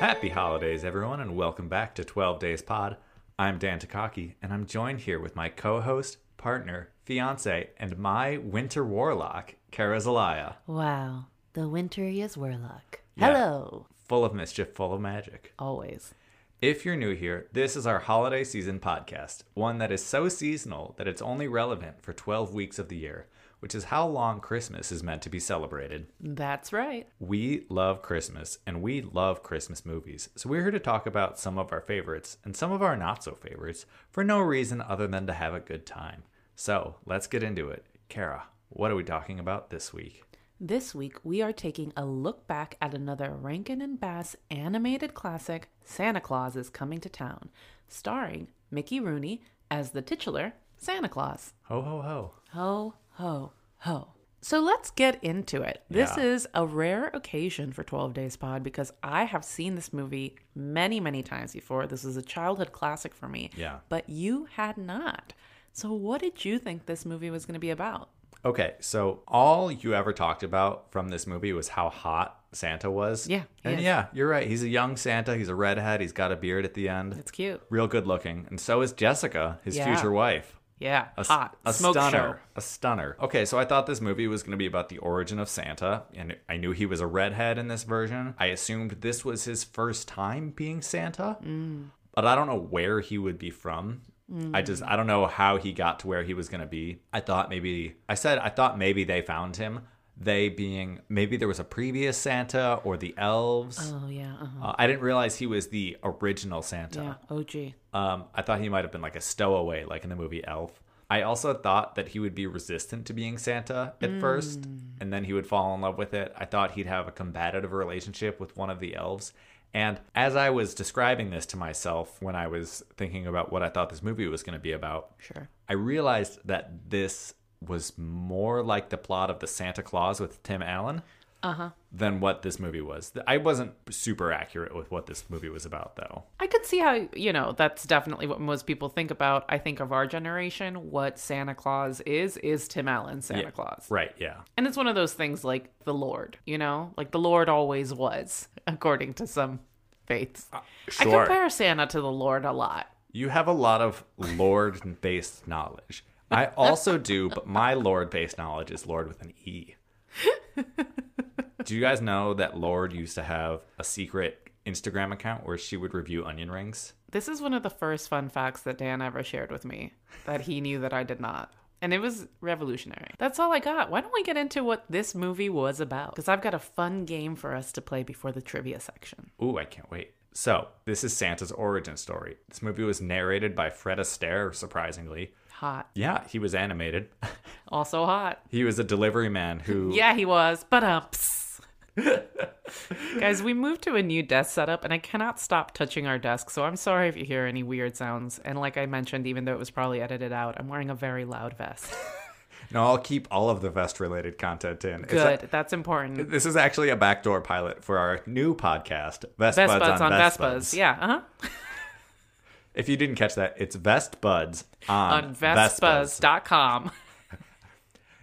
Happy holidays, everyone, and welcome back to 12 Days Pod. I'm Dan Takaki, and I'm joined here with my co host, partner, fiance, and my winter warlock, Kara Zelaya. Wow. The winter is Warlock. Yeah. Hello. Full of mischief, full of magic. Always. If you're new here, this is our holiday season podcast, one that is so seasonal that it's only relevant for 12 weeks of the year, which is how long Christmas is meant to be celebrated. That's right. We love Christmas and we love Christmas movies. So we're here to talk about some of our favorites and some of our not so favorites for no reason other than to have a good time. So let's get into it. Kara, what are we talking about this week? This week, we are taking a look back at another Rankin and Bass animated classic, Santa Claus is Coming to Town, starring Mickey Rooney as the titular Santa Claus. Ho ho ho. Ho, ho, ho. So let's get into it. This Yeah. is a rare occasion for 12 Days Pod because I have seen this movie many, many times before. This is a childhood classic for me. Yeah. But you had not. So what did you think this movie was going to be about? Okay, so all you ever talked about from this movie was how hot Santa was. Yeah, he And is. yeah, you're right. He's a young Santa, he's a redhead, he's got a beard at the end. It's cute. Real good looking. And so is Jessica, his Yeah. future wife. Yeah. A, s- hot. a Smoke stunner. show. A stunner. Okay, so I thought this movie was going to be about the origin of Santa, and I knew he was a redhead in this version. I assumed this was his first time being Santa, Mm. but I don't know where he would be from. I just I don't know how he got to where he was going to be. I thought maybe I said I thought maybe they found him. They being maybe there was a previous Santa or the elves. Oh, yeah. Uh-huh. Uh, I didn't realize he was the original Santa. Yeah. oh, OG. Um, I thought he might have been like a stowaway, like in the movie Elf. I also thought that he would be resistant to being Santa at first, Mm. and then he would fall in love with it. I thought he'd have a combative relationship with one of the elves. And as I was describing this to myself when I was thinking about what I thought this movie was going to be about, Sure. I realized that this was more like the plot of the Santa Claus with Tim Allen Uh huh. than what this movie was. I wasn't super accurate with what this movie was about, though. I could see how, you know, that's definitely what most people think about. I think of our generation, what Santa Claus is, is Tim Allen Santa Yeah. Claus. Right, yeah. And it's one of those things like the Lord, you know? Like the Lord always was, according to some faiths. I sure. compare Santa to the Lord a lot. You have a lot of Lord based knowledge. I also do, but my Lord based knowledge is Lord with an E. do you guys know that Lord used to have a secret Instagram account where she would review onion rings? This is one of the first fun facts that Dan ever shared with me that he knew that I did not. And it was revolutionary. That's all I got. Why don't we get into what this movie was about? Because I've got a fun game for us to play before the trivia section. Ooh, I can't wait. So, this is Santa's origin story. This movie was narrated by Fred Astaire, surprisingly. Hot. Yeah, he was animated. Also hot. he was a delivery man who. Yeah, he was. But um, guys, we moved to a new desk setup, and I cannot stop touching our desk. So I'm sorry if you hear any weird sounds. And like I mentioned, even though it was probably edited out, I'm wearing a very loud vest. No, I'll keep all of the vest related content in. It's a- Good, that's important. This is actually a backdoor pilot for our new podcast, Vest, Vest Buds buds on Vest Buds. buds. Yeah, uh huh. If you didn't catch that, it's Vest Buds on, On Vest Buds. VestBuzz.com.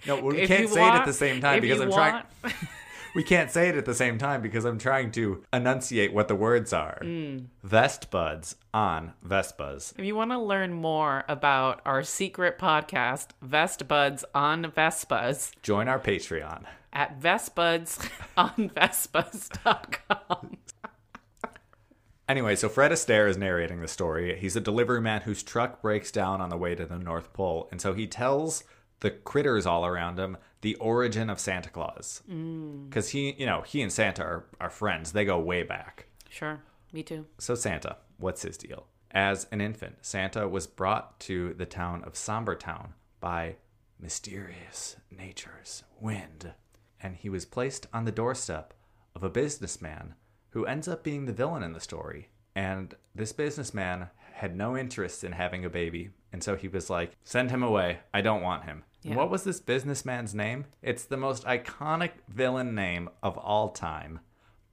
No, we If can't you say it at want- the same time if because you I'm trying. want- We can't say it at the same time because I'm trying to enunciate what the words are. Hmm. Vest Buds on Vest Buzz. If you want to learn more about our secret podcast, Vest Buds on Vest Buds Join our Patreon. at VestBuds on VestBuds.com. Anyway, so Fred Astaire is narrating the story. He's a delivery man whose truck breaks down on the way to the North Pole, and so he tells the critters all around him the origin of Santa Claus. Because he, you know, he and Santa are, are friends. They go way back. Sure, me too. So Santa, what's his deal? As an infant, Santa was brought to the town of Somber Town by mysterious nature's wind, and he was placed on the doorstep of a businessman who ends up being the villain in the story. And this businessman had no interest in having a baby, and so he was like, "Send him away. I don't want him." And Yeah. What was this businessman's name? It's the most iconic villain name of all time.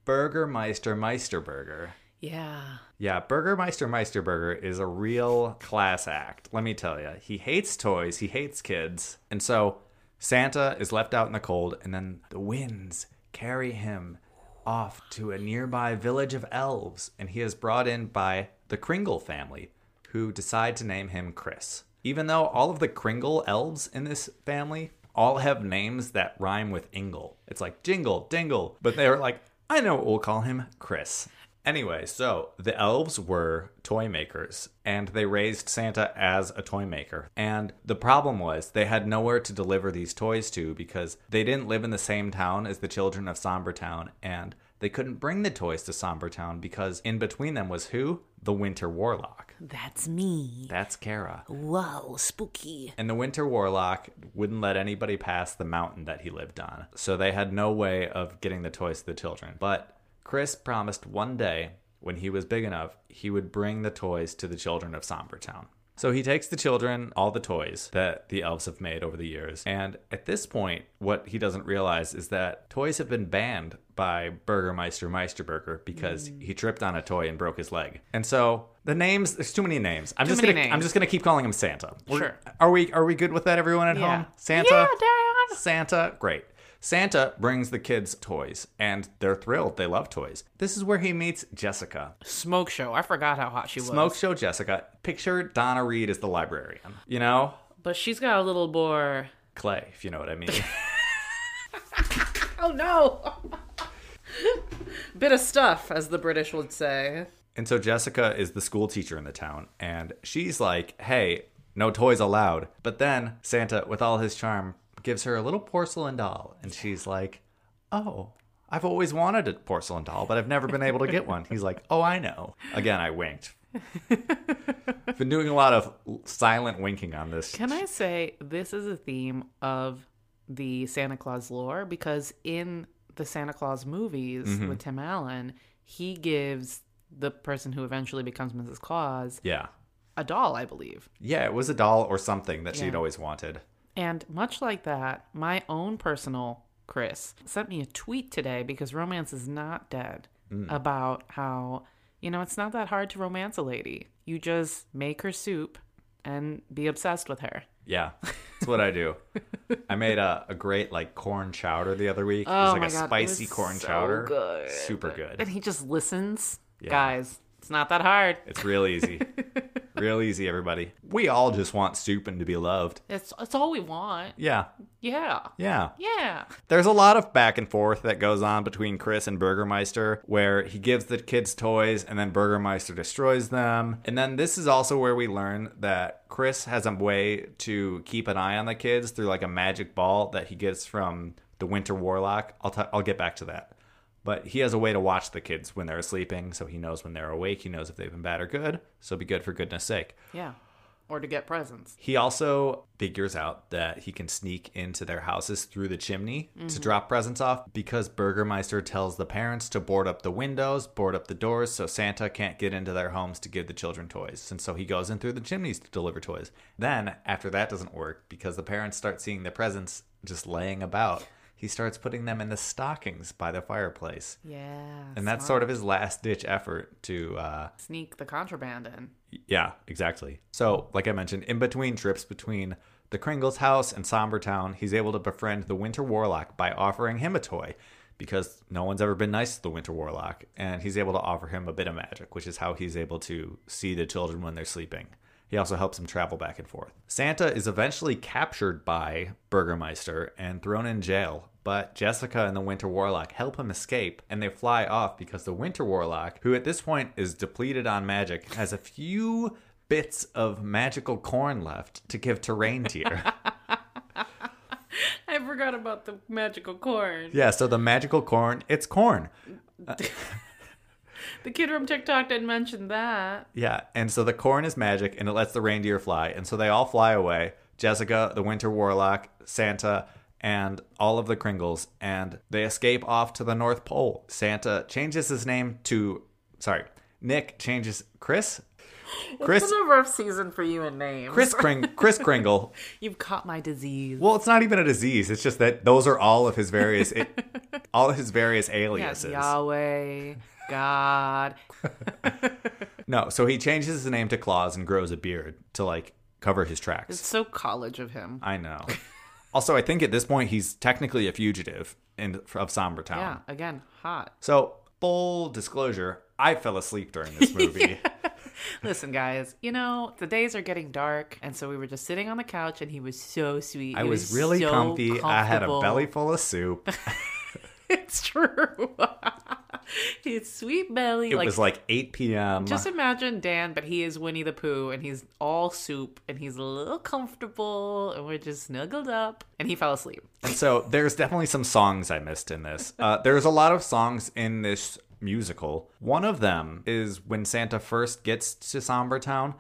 Burgermeister Meisterburger. Yeah. Yeah, Burgermeister Meisterburger is a real class act. Let me tell you. He hates toys, he hates kids. And so Santa is left out in the cold, and then the winds carry him off to a nearby village of elves, and he is brought in by the Kringle family, who decide to name him Chris. Even though all of the Kringle elves in this family all have names that rhyme with Ingle, it's like Jingle, Dingle, but they were like, I know what we'll call him Chris. Anyway, so the elves were toy makers and they raised Santa as a toy maker. And the problem was they had nowhere to deliver these toys to because they didn't live in the same town as the children of Somber Town and they couldn't bring the toys to Somber Town because in between them was who? The Winter Warlock. That's me. That's Kara. Wow, spooky. And the Winter Warlock wouldn't let anybody pass the mountain that he lived on. So they had no way of getting the toys to the children. But Chris promised one day, when he was big enough, he would bring the toys to the children of Somber Town. So he takes the children all the toys that the elves have made over the years. And at this point, what he doesn't realize is that toys have been banned by Burgermeister Meisterburger because Mm. he tripped on a toy and broke his leg. And so the names, there's too many names. I'm just many gonna I'm names. just gonna keep calling him Santa. We're- Sure. Are we are we good with that everyone at Yeah. home? Santa? Yeah, Dad. Santa, great. Santa brings the kids toys and they're thrilled. They love toys. This is where he meets Jessica. Smoke show. I forgot how hot she was. Smoke show Jessica. Picture Donna Reed as the librarian. You know? But she's got a little more. Clay, if you know what I mean. Oh no! Bit of stuff, as the British would say. and so Jessica is the school teacher in the town and she's like, hey, no toys allowed. But then Santa, with all his charm, gives her a little porcelain doll and she's like, oh. I've always wanted a porcelain doll, but I've never been able to get one. He's like, "Oh, I know." Again, I winked Been doing a lot of silent winking on this. Can I say this is a theme of the Santa Claus lore? Because in the Santa Claus movies with Tim Allen, he gives the person who eventually becomes Mrs. Claus Yeah. a doll, I believe. Yeah, it was a doll or something that she'd Yeah. always wanted. And much like that, my own personal Chris sent me a tweet today because romance is not dead Mm. about how, you know, it's not that hard to romance a lady. You just make her soup and be obsessed with her. Yeah. That's what I do. I made a, a great like corn chowder the other week. Oh it was like my a God, it spicy was corn so chowder. good. Super And good. he just listens. Yeah. Guys, it's not that hard. It's real easy. real easy, everybody. We all just want soup and to be loved. It's it's all we want. Yeah. Yeah. Yeah. Yeah. There's a lot of back and forth that goes on between Chris and Burgermeister, where he gives the kids toys and then Burgermeister destroys them. And then this is also where we learn that Chris has a way to keep an eye on the kids through like a magic ball that he gets from the Winter Warlock. I'll, t- I'll get back to that. But he has a way to watch the kids when they're sleeping, so he knows when they're awake, he knows if they've been bad or good, so be good for goodness sake. Yeah. Or to get presents. He also figures out that he can sneak into their houses through the chimney to drop presents off because Burgermeister tells the parents to board up the windows, board up the doors, so Santa can't get into their homes to give the children toys. And so he goes in through the chimneys to deliver toys. Then, after that doesn't work, because the parents start seeing the presents just laying about, he starts putting them in the stockings by the fireplace. Yeah. And that's sort of his last ditch effort to uh, sneak the contraband in. yeah, exactly. So, like I mentioned, in between trips between the Kringle's house and Somber Town, he's able to befriend the Winter Warlock by offering him a toy because no one's ever been nice to the Winter Warlock. And he's able to offer him a bit of magic, which is how he's able to see the children when they're sleeping. He also helps him travel back and forth. Santa is eventually captured by Burgermeister and thrown in jail, but Jessica and the Winter Warlock help him escape and they fly off because the Winter Warlock, who at this point is depleted on magic, has a few bits of magical corn left to give to Reindeer. I forgot about the magical corn. yeah, so the magical corn, it's corn. The kid from TikTok didn't mention that. Yeah, and so the corn is magic and it lets the reindeer fly. And so they all fly away Jessica, the Winter Warlock, Santa, and all of the Kringles. And they escape off to the North Pole. Santa changes his name to, sorry, Nick changes Chris. Chris. a rough season for you in names. Chris, Kring, Chris Kringle. You've caught my disease. Well, it's not even a disease. It's just that those are all of his various, all of his various Yes, aliases. Yahweh, God. No, so he changes his name to Claus and grows a beard to like cover his tracks. It's so college of him. I know. Also, I think at this point he's technically a fugitive in of Somber Town. Yeah, again, hot. So, full disclosure, I fell asleep during this movie. Listen, guys, you know, the days are getting dark. And so we were just sitting on the couch, and he was so sweet. I He was really so comfy. I had a comfortable. belly full of soup. It's true. His sweet belly. It like, was like 8 p.m. just imagine Dan, but he is Winnie the Pooh, and he's all soup, and he's a little comfortable, and we're just snuggled up. And he fell asleep. And so there's definitely some songs I missed in this. Uh, there's a lot of songs in this musical. One of them is when Santa first gets to Somber Town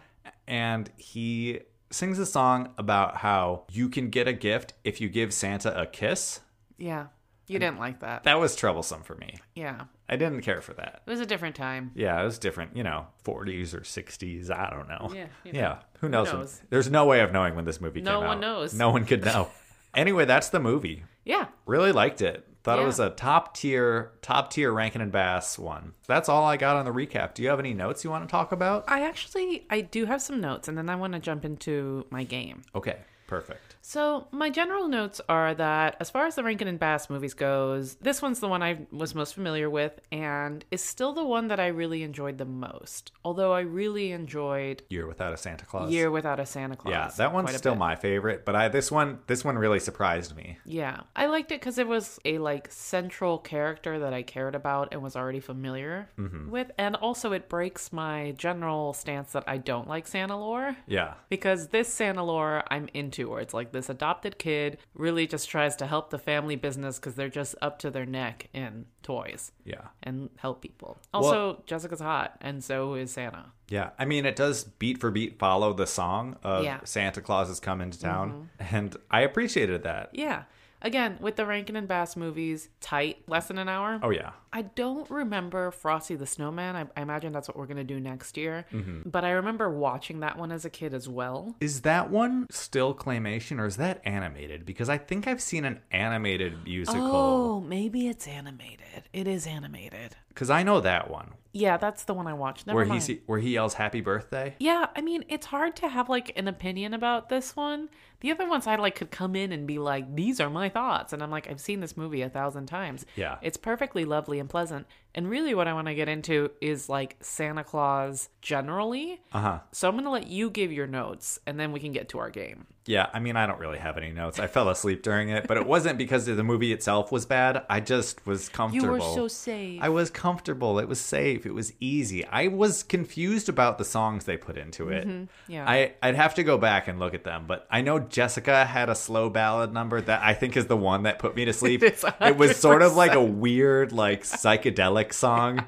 and he sings a song about how you can get a gift if you give Santa a kiss. Yeah. You didn't like that. That was troublesome for me. Yeah. I didn't care for that. It was a different time. Yeah, it was different, you know, 40s or 60s. I don't know. Yeah, you know. yeah. Who knows? when- knows? There's no way of knowing when this movie No came out. one knows. No one could know. anyway, that's the movie. Yeah. Really liked it. Thought it Yeah. was a top tier, top tier Rankin and Bass one. That's all I got on the recap. Do you have any notes you want to talk about? I actually I do have some notes and then I want to jump into my game. Okay, perfect. So, my general notes are that as far as the Rankin and Bass movies goes, this one's the one I was most familiar with and is still the one that I really enjoyed the most. Although I really enjoyed Year without a Santa Claus. Year Without a Santa Claus. yeah, that one's quite a still bit. my favorite, but I this one this one really surprised me. Yeah. I liked it cuz it was a like central character that I cared about and was already familiar Mm-hmm. with and also it breaks my general stance that I don't like Santa lore. Yeah. Because this Santa lore I'm into, where it's like this adopted kid really just tries to help the family business because they're just up to their neck in toys Yeah. and help people. Also, Jessica's hot, and so is Santa. Yeah. I mean, it does beat for beat follow the song of Yeah. Mm-hmm. Santa Claus has come into town, and I appreciated that. Yeah. Again, with the Rankin and Bass movies, tight, less than an hour. Oh yeah. I don't remember Frosty the Snowman. I, I imagine that's what we're going to do next year. Mm-hmm. But I remember watching that one as a kid as well. Is that one still claymation or is that animated? Because I think I've seen an animated musical. Oh, maybe it's animated. It is animated. Because I know that one. Yeah, that's the one I watched. Never where mind. he se- where he yells happy birthday Yeah, I mean, it's hard to have like an opinion about this one. The other ones I like could come in and be like, these are my thoughts. And I'm like, I've seen this movie a thousand times. Yeah. It's perfectly lovely and pleasant. And really, what I want to get into is like Santa Claus generally. Uh Uh-huh. huh. So I'm going to let you give your notes and then we can get to our game. yeah i mean i don't really have any notes i fell asleep during it but it wasn't because the movie itself was bad i just was You comfortable were so safe. i was comfortable it was safe it was easy i was confused about the songs they put into it Mm-hmm. yeah. I, i'd have to go back and look at them but i know jessica had a slow ballad number that i think is the one that put me to sleep It is it was sort of like a weird like psychedelic song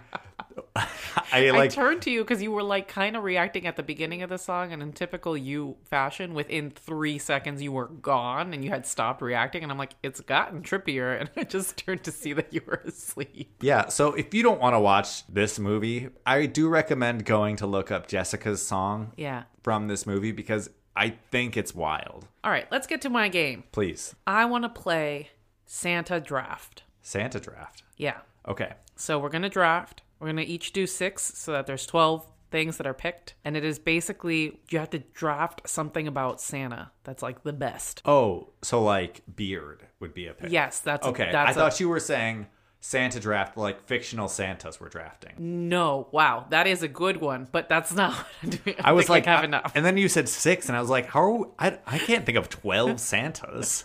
i I like turned to you because you were like kind of reacting at the beginning of the song, and in typical you fashion, within three seconds you were gone and you had stopped reacting. And I'm like, it's gotten trippier, and I just turned to see that you were asleep. Yeah, so if you don't want to watch this movie, I do recommend going to look up Jessica's song Yeah. from this movie because I think it's wild. All right, let's get to my game. Please, I want to play Santa Draft. Santa Draft. Yeah. Okay. So we're going to draft. We're going to each do six so that there's 12 things that are picked. And it is basically you have to draft something about Santa that's like the best. Oh, so like Beard would be a pick. Yes, that's Okay. That's I a- thought you were saying Santa Draft, like fictional Santas were Mm, drafting. No, wow, that is a good one, but that's not what I'm doing. I was like, I have enough. And then you said six, and I was like, how? Are we, I I can't think of twelve Santas.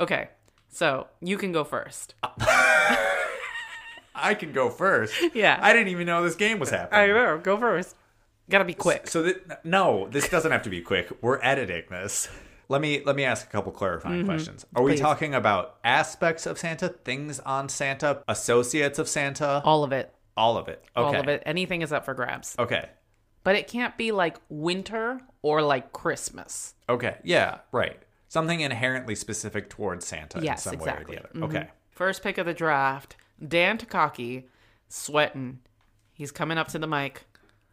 Okay, so you can go first. I can go first. Yeah. I didn't even know this game was happening. know, go first. Gotta be quick. So that no, this doesn't have to be quick. We're editing this. Let me let me ask a couple clarifying questions. Are we Mm-hmm. Please. talking about aspects of Santa, things on Santa, associates of Santa, all, All of it, of it? Okay. all of it. Anything is up for grabs, Okay. but it can't be like winter or like Christmas. Okay. Yeah. Right. Something inherently specific towards Santa Yes, in some exactly. Mm-hmm. way or the other. Okay. First pick of the draft, Dan Takaki, sweating. He's coming up to the mic.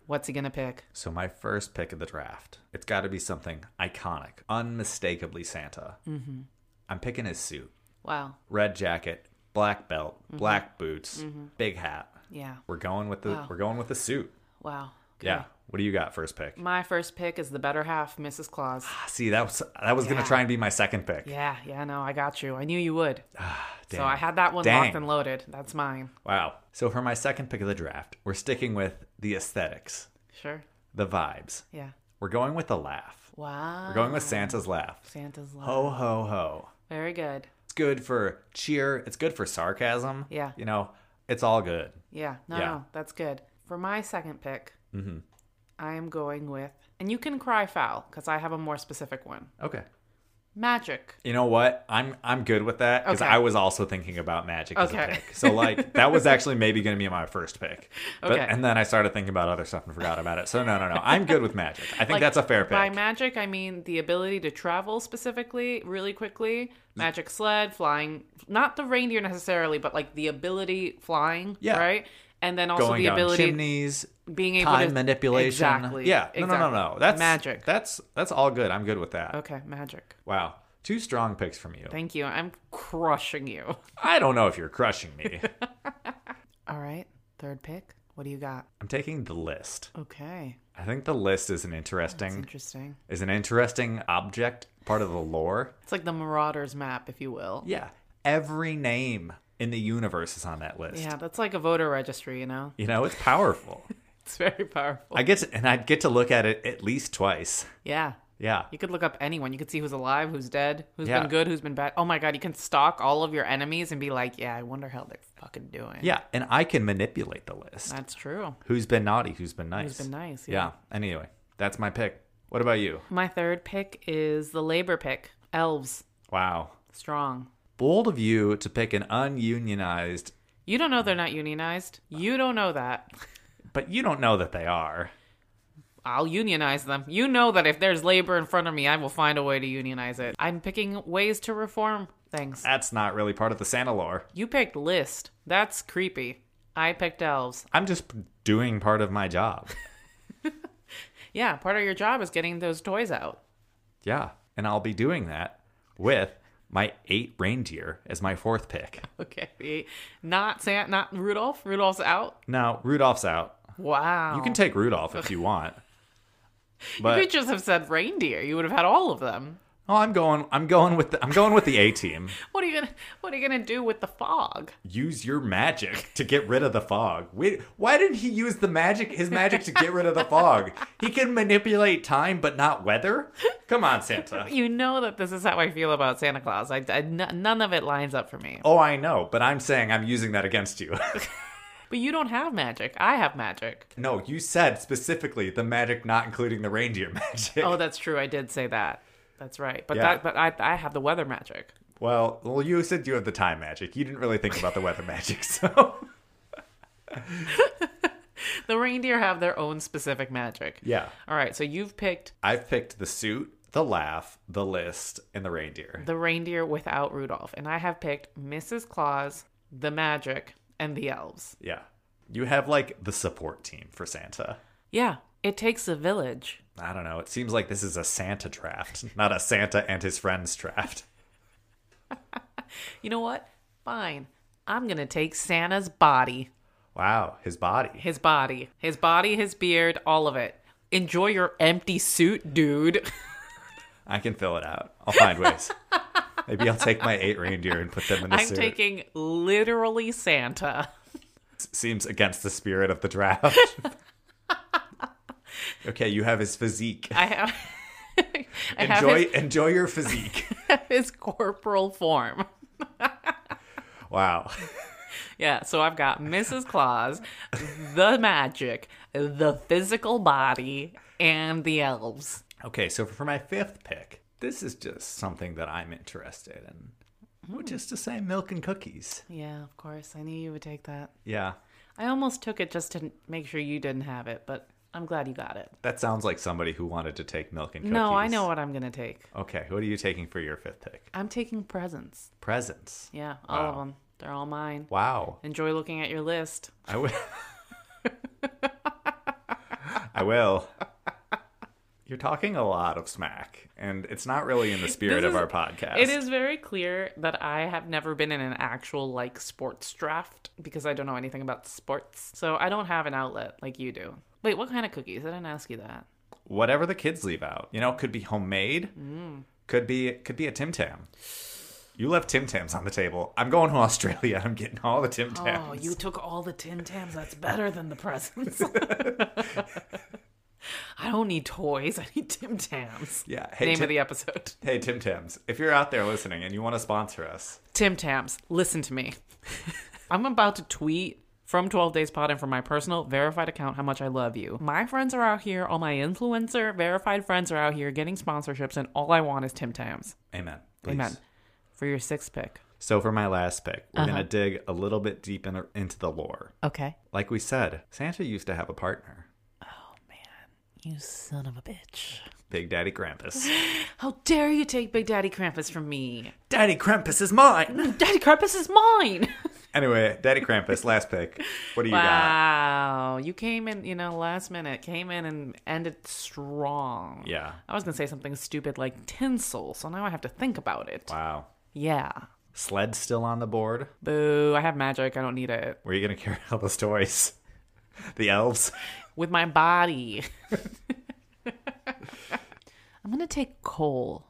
What's he gonna pick? So my first pick of the draft, it's got to be something iconic, unmistakably Santa. Mm-hmm. I'm picking his suit, Wow, red jacket, black belt, black boots, big hat. Mm-hmm. yeah, We're going with the we're going with the suit. wow. Yeah. What do you got first pick? Ah, My first pick is the better half, Mrs. Claus. See, that was that was gonna Yeah. try and be my second pick. Yeah, yeah, no, I got you. I knew you would. Damn. So I had that one Dang. locked and loaded. That's mine. Wow. So for my second pick of the draft, we're sticking with the aesthetics, Sure. the vibes. Yeah. We're going with the laugh. Wow. We're going with Santa's laugh. Santa's love. Ho ho ho. Very good. It's good for cheer. It's good for sarcasm. Yeah. You know, it's all good. Yeah. No, Yeah. Mm-hmm. no, that's good. For my second pick, I am going with, and you can cry foul because I have a more specific one. Okay. Magic. You know what? I'm I'm good with that because Okay. I was also thinking about magic as a Okay. pick. So like that was actually maybe going to be my first pick. But, Okay. And then I started thinking about other stuff and forgot about it. So no, no, no. I'm good with magic. I think that's a fair pick. By magic, I mean the ability to travel specifically, really quickly. Mm. Magic sled, flying, not the reindeer necessarily, but like the ability flying, Yeah. right? And then also Going the down ability chimneys, being able time to manipulation. Exactly. Yeah. No, no, no, exactly. no. That's magic. That's that's all good. I'm good with that. okay, magic. Wow. Two strong picks from you. Thank you. I'm crushing you. I don't know if you're crushing me. All right, third pick. What do you got? I'm taking the list. Okay, I think the list is an interesting interesting. is an interesting object part of the lore. It's like the Marauders map, if you will. Yeah. Every name in the universe is on that list. Yeah, that's like a voter registry, you know? You know, it's powerful. It's very powerful. I get to, and I get to look at it at least twice. yeah. Yeah. You could look up anyone. You could see who's alive, who's dead, who's Yeah. been good, who's been bad. Oh my God, you can stalk all of your enemies and be like, yeah, I wonder how they're fucking doing. Yeah, and I can manipulate the list. That's true. Who's been naughty, who's been nice. Who's been nice. Yeah. Anyway, that's my pick. What about you? My third pick is the labor pick elves. Wow. Strong. Bold of you to pick an ununionized, You don't know they're not unionized. You don't know that. but you don't know that they are. I'll unionize them. You know that if there's labor in front of me, I will find a way to unionize it. I'm picking ways to reform things. That's not really part of the Santa lore. You picked list. That's creepy. I picked elves. I'm just doing part of my job. Yeah, part of your job is getting those toys out. Yeah, and I'll be doing that with my eight reindeer as my fourth pick. Okay. Not Santa, not Rudolph. Rudolph's out. Now Rudolph's out. Wow. You can take Rudolph if you want. You Oh. could But just have said reindeer. You would have had all of them. oh, I'm going. I'm going with. The, I'm going with the A team. What are you gonna What are you gonna do with the fog? Use your magic to get rid of the fog. Wait, why didn't he use the magic? His magic to get rid of the fog. He can manipulate time, but not weather. Come on, Santa. You know that this is how I feel about Santa Claus. I, I- n- none of it lines up for me. Oh, I know, but I'm saying I'm using that against you. But you don't have magic. I have magic. no, you said specifically the magic, not including the reindeer magic. Oh, that's true. I did say that. That's right. But Yeah. that but I I have the weather magic. Well, well, you said you have the time magic. You didn't really think about the weather magic, so The reindeer have their own specific magic. yeah. All right. So you've picked I've picked the suit, the laugh, the list, and the reindeer. the reindeer without Rudolph, and I have picked Mrs. Claus, the magic, and the elves. Yeah, you have like the support team for Santa. Yeah, it takes a village. I don't know. It seems like this is a Santa draft, not a Santa and his friends draft. You know what? Fine. I'm going to take Santa's body. Wow, his body. His body. His body, his beard, all of it. Enjoy your empty suit, dude. I can fill it out. I'll find ways. Maybe I'll take my eight reindeer and put them in a I'm suit. taking literally Santa. Seems against the spirit of the draft. okay, you have his physique. I have I have enjoy enjoy your physique. his, his corporal form. wow. Yeah, so I've got Mrs. Claus, the magic, the physical body, and the elves. Okay, so for my fifth pick, this is just something that I'm interested in. Which is to say milk and cookies. Yeah, of course. I knew you would take that. Yeah. I almost took it just to make sure you didn't have it, but I'm glad you got it. That sounds like somebody who wanted to take milk and cookies. No, I know what I'm going to take. Okay, what are you taking for your fifth pick? I'm taking presents. Presents. Yeah, all of Wow. them. They're all mine. Wow. Enjoy looking at your list. I will. I will. You're talking a lot of smack, and it's not really in the spirit This of is- our podcast. It is very clear that I have never been in an actual like sports draft because I don't know anything about sports. So I don't have an outlet like you do. Wait, what kind of cookies? I didn't ask you that. whatever the kids leave out. You know, could be homemade, could be could be a Tim Tam. You left Tim Tams on the table. I'm going to Australia. I'm getting all the Tim Tams. Oh, you took all the Tim Tams. That's better than the presents. I don't need toys. I need Tim Tams. yeah. Hey, Name Tim, of the episode. hey, Tim Tams. If you're out there listening and you want to sponsor us, Tim Tams, listen to me. I'm about to tweet from 12 Days Pod and from my personal verified account how much I love you. My friends are out here, all my influencer verified friends are out here getting sponsorships, and all I want is Tim Tams. amen. Please. Amen. For your sixth pick. So for my last pick, we're Uh-huh. going to dig a little bit deep in, into the lore. Okay. Like we said, Santa used to have a partner, You son of a bitch. Big Daddy Krampus. How dare you take Big Daddy Krampus from me? Daddy Krampus is mine. Daddy Krampus is mine! Anyway, Daddy Krampus, last pick. What do you got? wow. You came in, you know, last minute, came in and ended strong. Yeah. I was going to say something stupid like tinsel, so now I have to think about it. Wow. Yeah. Sled still on the board. Boo, I have magic. I don't need it. Where are you going to carry all those toys? The elves? With my body. I'm going to take coal.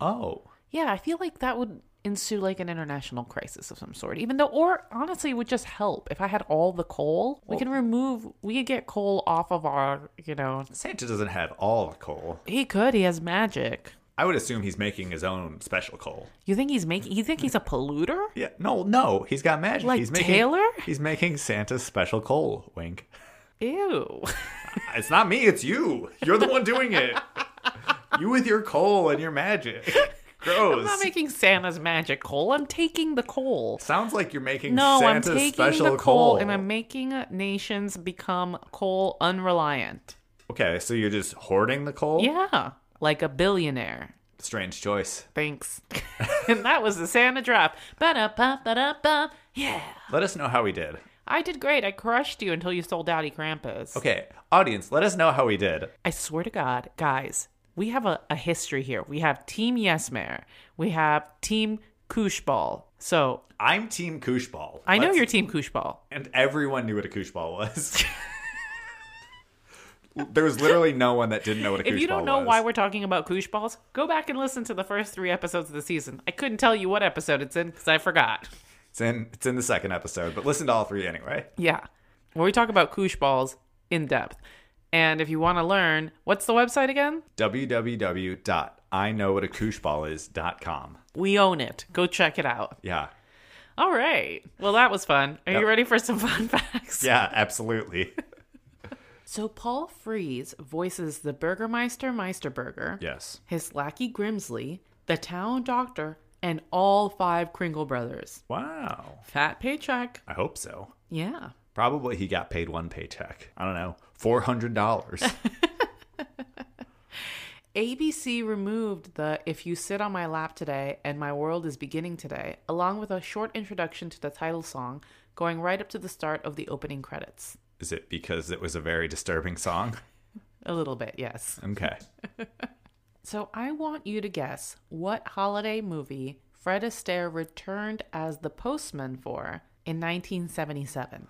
Oh. Yeah, I feel like that would ensue like an international crisis of some sort. Even though, or honestly, it would just help. If I had all the coal, we can remove, we could get coal off of our, you know. Santa doesn't have all the coal. He could, he has magic. I would assume he's making his own special coal. You think he's making, you think he's a polluter? Yeah, no, no, he's got magic. Like he's making, Taylor? He's making Santa's special coal. Wink. Ew. It's not me, it's you. You're the one doing it. you with your coal and your magic. Gross. I'm not making Santa's magic coal. I'm taking the coal. Sounds like you're making No, Santa's I'm taking special the coal, and I'm making nations become coal unreliant. Okay, so you're just hoarding the coal? Yeah, like a billionaire. Strange choice. Thanks. and that was the Santa drop. Ba-da-ba, ba-da-ba. Yeah. Let us know how we did. I did great. I crushed you until you stole Daddy Krampus. Okay, audience, let us know how we did. I swear to God, guys, we have a, a history here. We have Team Yes Mayor. We have Team Kooshball. So I'm Team Kooshball. I know Let's- you're Team Kooshball. And everyone knew what a koosh ball was. there was literally no one that didn't know what a koosh ball If was. you don't know why we're talking about koosh balls, go back and listen to the first three episodes of the season. I couldn't tell you what episode it's in because I forgot. it's in it's in the second episode, but listen to all three anyway. Yeah. Where we talk about koosh balls in depth. And if you want to learn, what's the website again? www.iknowwhatakoosball.is.com. We own it. Go check it out. Yeah. All right. Well, that was fun. Are you Yep. ready for some fun facts? Yeah, absolutely. So Paul Frees voices the Burgermeister Meisterburger, yes. his lackey Grimsley, the town doctor, and all five Kringle brothers. Wow. Fat paycheck. I hope so. Yeah. Probably he got paid one paycheck. I don't know. Four hundred dollars. ABC removed the If You Sit on My Lap Today and My World is Beginning Today, along with a short introduction to the title song, going right up to the start of the opening credits. Is it because it was a very disturbing song? A little bit, yes. Okay. So I want you to guess what holiday movie Fred Astaire returned as the postman for in 1977.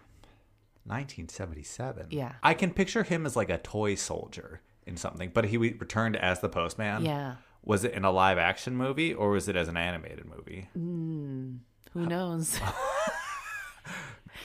1977. Yeah. I can picture him as like a toy soldier in something, but he w- returned as the postman. Yeah. Was it in a live action movie or was it as an animated movie? Who knows?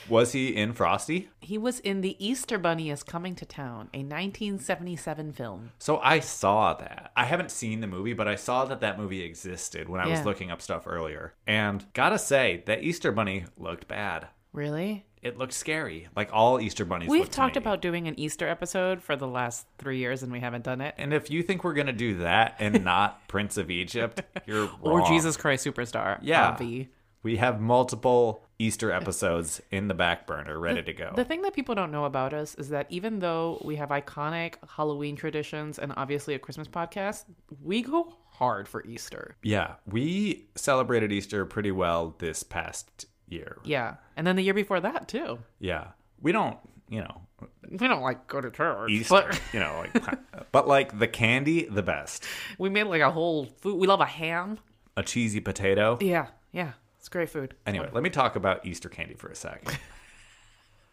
Was he in Frosty? he was in The Easter Bunny is Coming to Town, a 1977 film. So I saw that. I haven't seen the movie, but I saw that that movie existed when I was Yeah. looking up stuff earlier. And gotta say, that Easter Bunny looked bad. Really? It looked scary, like all Easter bunnies. We've look to talked me. about doing an Easter episode for the last three years and we haven't done it. And if you think we're gonna do that and not Prince of Egypt, you're wrong. Or Jesus Christ Superstar. Yeah. Avi. We have multiple Easter episodes in the back burner, ready to go. The thing that people don't know about us is that even though we have iconic Halloween traditions and obviously a Christmas podcast, we go hard for Easter. yeah, we celebrated Easter pretty well this past year. Yeah. And then the year before that, too. Yeah. We don't, you know, We don't like go to church, Easter, but you know, like, but like the candy, the best. we made like a whole food. We love a ham. A cheesy potato. Yeah, yeah, it's great food. Anyway, let me talk about Easter candy for a second.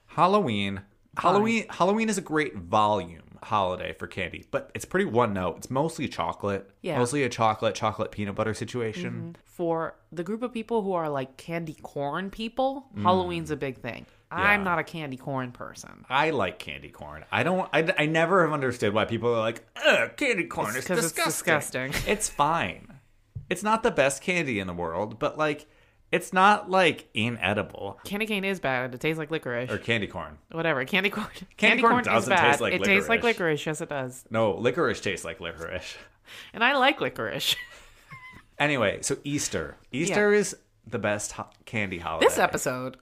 Halloween, Halloween, Halloween is a great volume holiday for candy, but it's pretty one note. It's mostly chocolate. Yeah. Mm-hmm. Mostly a chocolate, chocolate peanut butter situation. For the group of people who are like candy corn people, Halloween's a big thing. I'm Yeah. not a candy corn person. I like candy corn. I don't. I, I never have understood why people are like, Ugh, candy corn It's is 'cause it's disgusting. disgusting. It's fine. It's not the best candy in the world, but like, it's not like inedible Candy cane is bad. It tastes like licorice. or candy corn. Whatever. Candy corn. Candy corn doesn't taste like it tastes like licorice. licorice. Yes, it does. No, licorice tastes like licorice. And I like licorice. Anyway, so Easter. Easter is the best ho- candy holiday. this episode.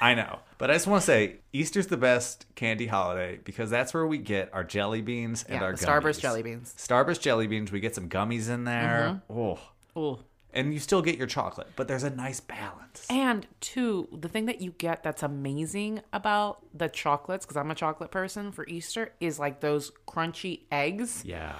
I know. But I just want to say Easter's the best candy holiday because that's where we get our jelly beans and Yeah, our the gummies. Starburst jelly beans. Mm-hmm. Starburst jelly beans. We get some gummies in there. Oh. Ooh. And you still get your chocolate, but there's a nice balance. And two, the thing that you get that's amazing about the chocolates, because I'm a chocolate person for Easter, is like those crunchy eggs. Yeah.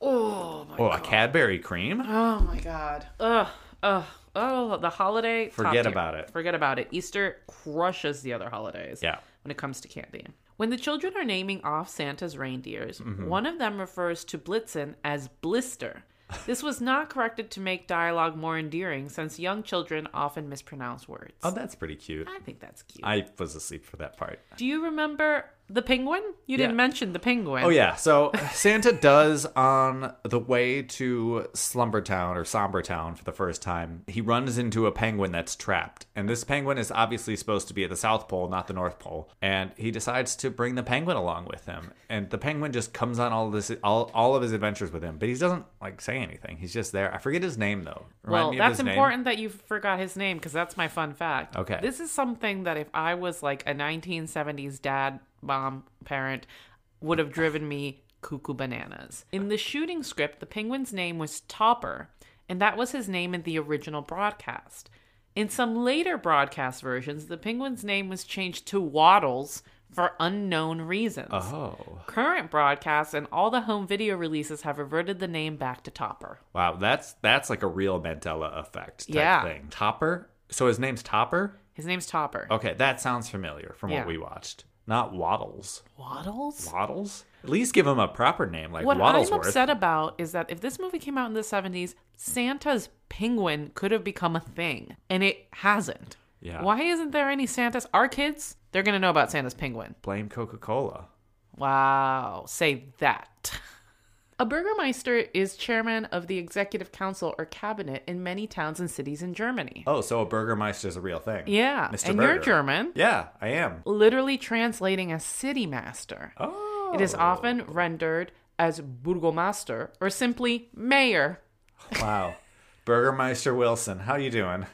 Oh my, Oh, a Cadbury cream? oh my God. Ugh. Ugh. Oh, the holiday. top Forget tier. about it. Forget about it. Easter crushes the other holidays. Yeah. When it comes to candy. When the children are naming off Santa's reindeers, Mm-hmm. one of them refers to Blitzen as Blister. This was not corrected to make dialogue more endearing since young children often mispronounce words. Oh, that's pretty cute. I think that's cute. I was asleep for that part. Do you remember the penguin? You Yeah. didn't mention the penguin. Oh yeah, so Santa does on the way to Slumbertown or Sombertown for the first time. He runs into a penguin that's trapped, and this penguin is obviously supposed to be at the South Pole, not the North Pole. And he decides to bring the penguin along with him, and the penguin just comes on all this all, all of his adventures with him. But he doesn't like say anything. He's just there. I forget his name though. Remind Well, me of that's his name. important that you forgot his name because that's my fun fact. Okay. This is something that if I was like a 1970s dad, mom, parent, would have driven me cuckoo bananas. In the shooting script, the penguin's name was Topper, and that was his name in the original broadcast. In some later broadcast versions, the penguin's name was changed to Waddles for unknown reasons. Oh Current broadcasts and all the home video releases have reverted the name back to Topper. wow, that's that's like a real Mandela effect type Yeah. thing. Topper. So his name's Topper. His name's Topper. Okay, that sounds familiar from Yeah. what we watched. Not Waddles. Waddles? Waddles? At least give him a proper name like What I'm Waddlesworth. upset about is that if this movie came out in the 70s, Santa's penguin could have become a thing, and it hasn't. Yeah. Why isn't there any Santas? Our kids, they're going to know about Santa's penguin. Blame Coca Cola. Wow, say that. A burgermeister is chairman of the executive council or cabinet in many towns and cities in Germany. Oh, so a Burgermeister is a real thing. yeah, Mr. and you're Burger. German. Yeah, I am. literally translating as city master. Oh. It is often rendered as burgomaster or simply mayor. Wow. Burgermeister Wilson, how you doing?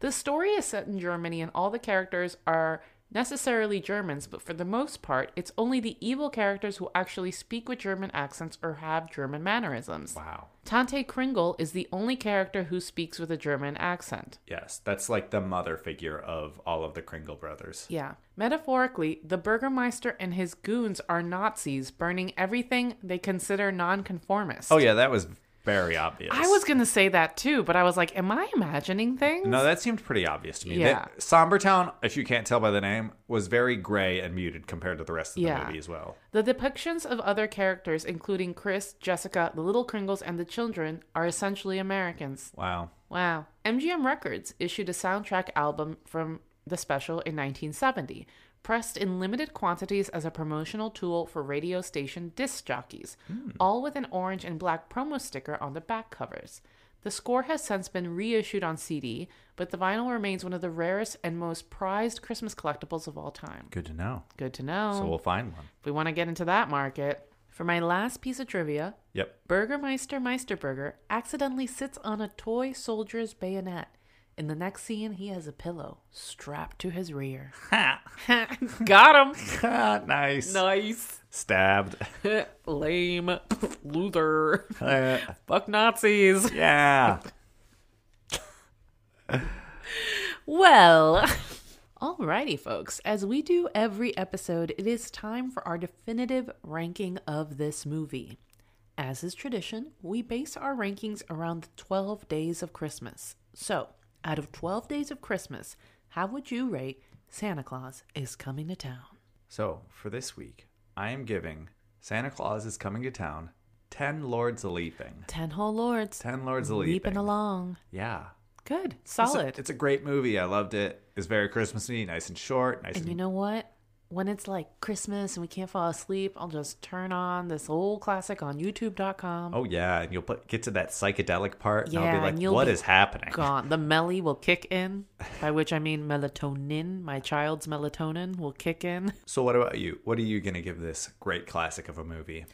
The story is set in Germany and all the characters are necessarily Germans, but for the most part, it's only the evil characters who actually speak with German accents or have German mannerisms. Wow. Tante Kringle is the only character who speaks with a German accent. Yes, that's like the mother figure of all of the Kringle brothers. Yeah. Metaphorically, the Burgermeister and his goons are Nazis, burning everything they consider nonconformist. Oh, yeah, that was very obvious. I was gonna say that too, but I was like, "Am I imagining things?" No, that seemed pretty obvious to me. Yeah. That, Sombertown, if you can't tell by the name, was very gray and muted compared to the rest of Yeah. the movie as well. The depictions of other characters, including Chris, Jessica, the Little Kringles, and the children, are essentially Americans. Wow. Wow. MGM Records issued a soundtrack album from the special in 1970, pressed in limited quantities as a promotional tool for radio station disc jockeys, all with an orange and black promo sticker on the back covers. The score has since been reissued on CD, but the vinyl remains one of the rarest and most prized Christmas collectibles of all time. Good to know. Good to know. So we'll find one. if we want to get into that market, for my last piece of trivia, Yep. Burgermeister Meisterburger accidentally sits on a toy soldier's bayonet. In the next scene, he has a pillow strapped to his rear. Got him! nice. Nice. Stabbed. Lame. Loser. Uh, Fuck Nazis. yeah. Well, Alrighty, folks. As we do every episode, it is time for our definitive ranking of this movie. As is tradition, we base our rankings around the 12 days of Christmas. So, out of 12 days of Christmas, how would you rate Santa Claus is Coming to Town? So, for this week, I am giving Santa Claus is Coming to Town 10 Lords a Leaping. 10 whole lords. 10 Lords a Leaping. Leaping along. Yeah. Good. It's a- Solid. It's a, great movie. I loved it. It's very Christmassy, nice and short, nice And and, you know what? When it's like Christmas and we can't fall asleep, I'll just turn on this old classic on YouTube.com. Oh yeah, and you'll put get to that psychedelic part and Yeah, I'll and be you'll like what be is happening? Gone. The melly will kick in, by which I mean melatonin. My child's melatonin will kick in. So what about you? What are you going to give this great classic of a movie?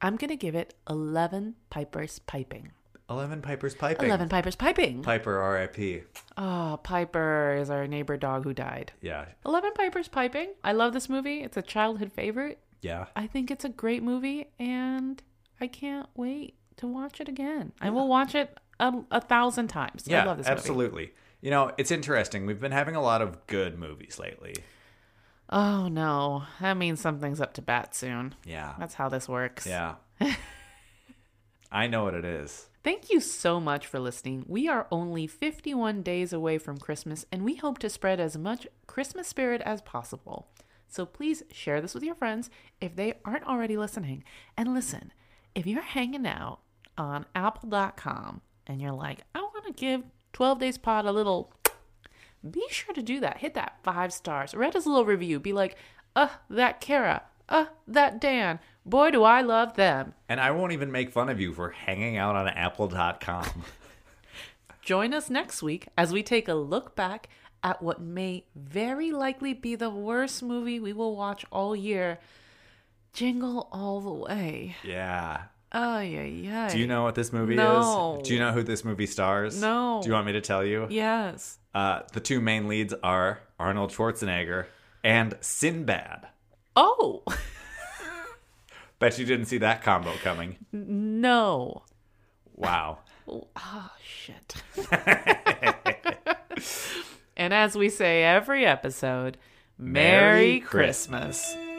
I'm going to give it 11 pipers piping. 11 Piper's Piping. 11 pipers piping. Piper RIP. Ah, Piper is our neighbor dog who died. Yeah. 11 pipers piping. I love this movie. It's a childhood favorite. Yeah. I think it's a great movie, and I can't wait to watch it again. I will watch it a, a thousand times. Yeah. I love this movie. absolutely. You know, it's interesting. We've been having a lot of good movies lately. Oh no, that means something's up to bat soon. Yeah. That's how this works. Yeah. I know what it is. Thank you so much for listening. We are only 51 days away from Christmas, and we hope to spread as much Christmas spirit as possible. So please share this with your friends if they aren't already listening. And listen, if you're hanging out on apple.com and you're like, I want to give 12 Days Pod a little, be sure to do that. Hit that five stars. Write us a little review. Be like, uh, that Kara, uh, that Dan. Boy, do I love them. And I won't even make fun of you for hanging out on apple.com. Join us next week as we take a look back at what may very likely be the worst movie we will watch all year. Jingle all the way. yeah. Oh yeah, yeah. Do you know what this movie No. is? Do you know who this movie stars? No. Do you want me to tell you? Yes. Uh, the two main leads are Arnold Schwarzenegger and Sinbad. Oh Bet you didn't see that combo coming. no. Wow. Oh shit. and as we say every episode, Merry, Christmas.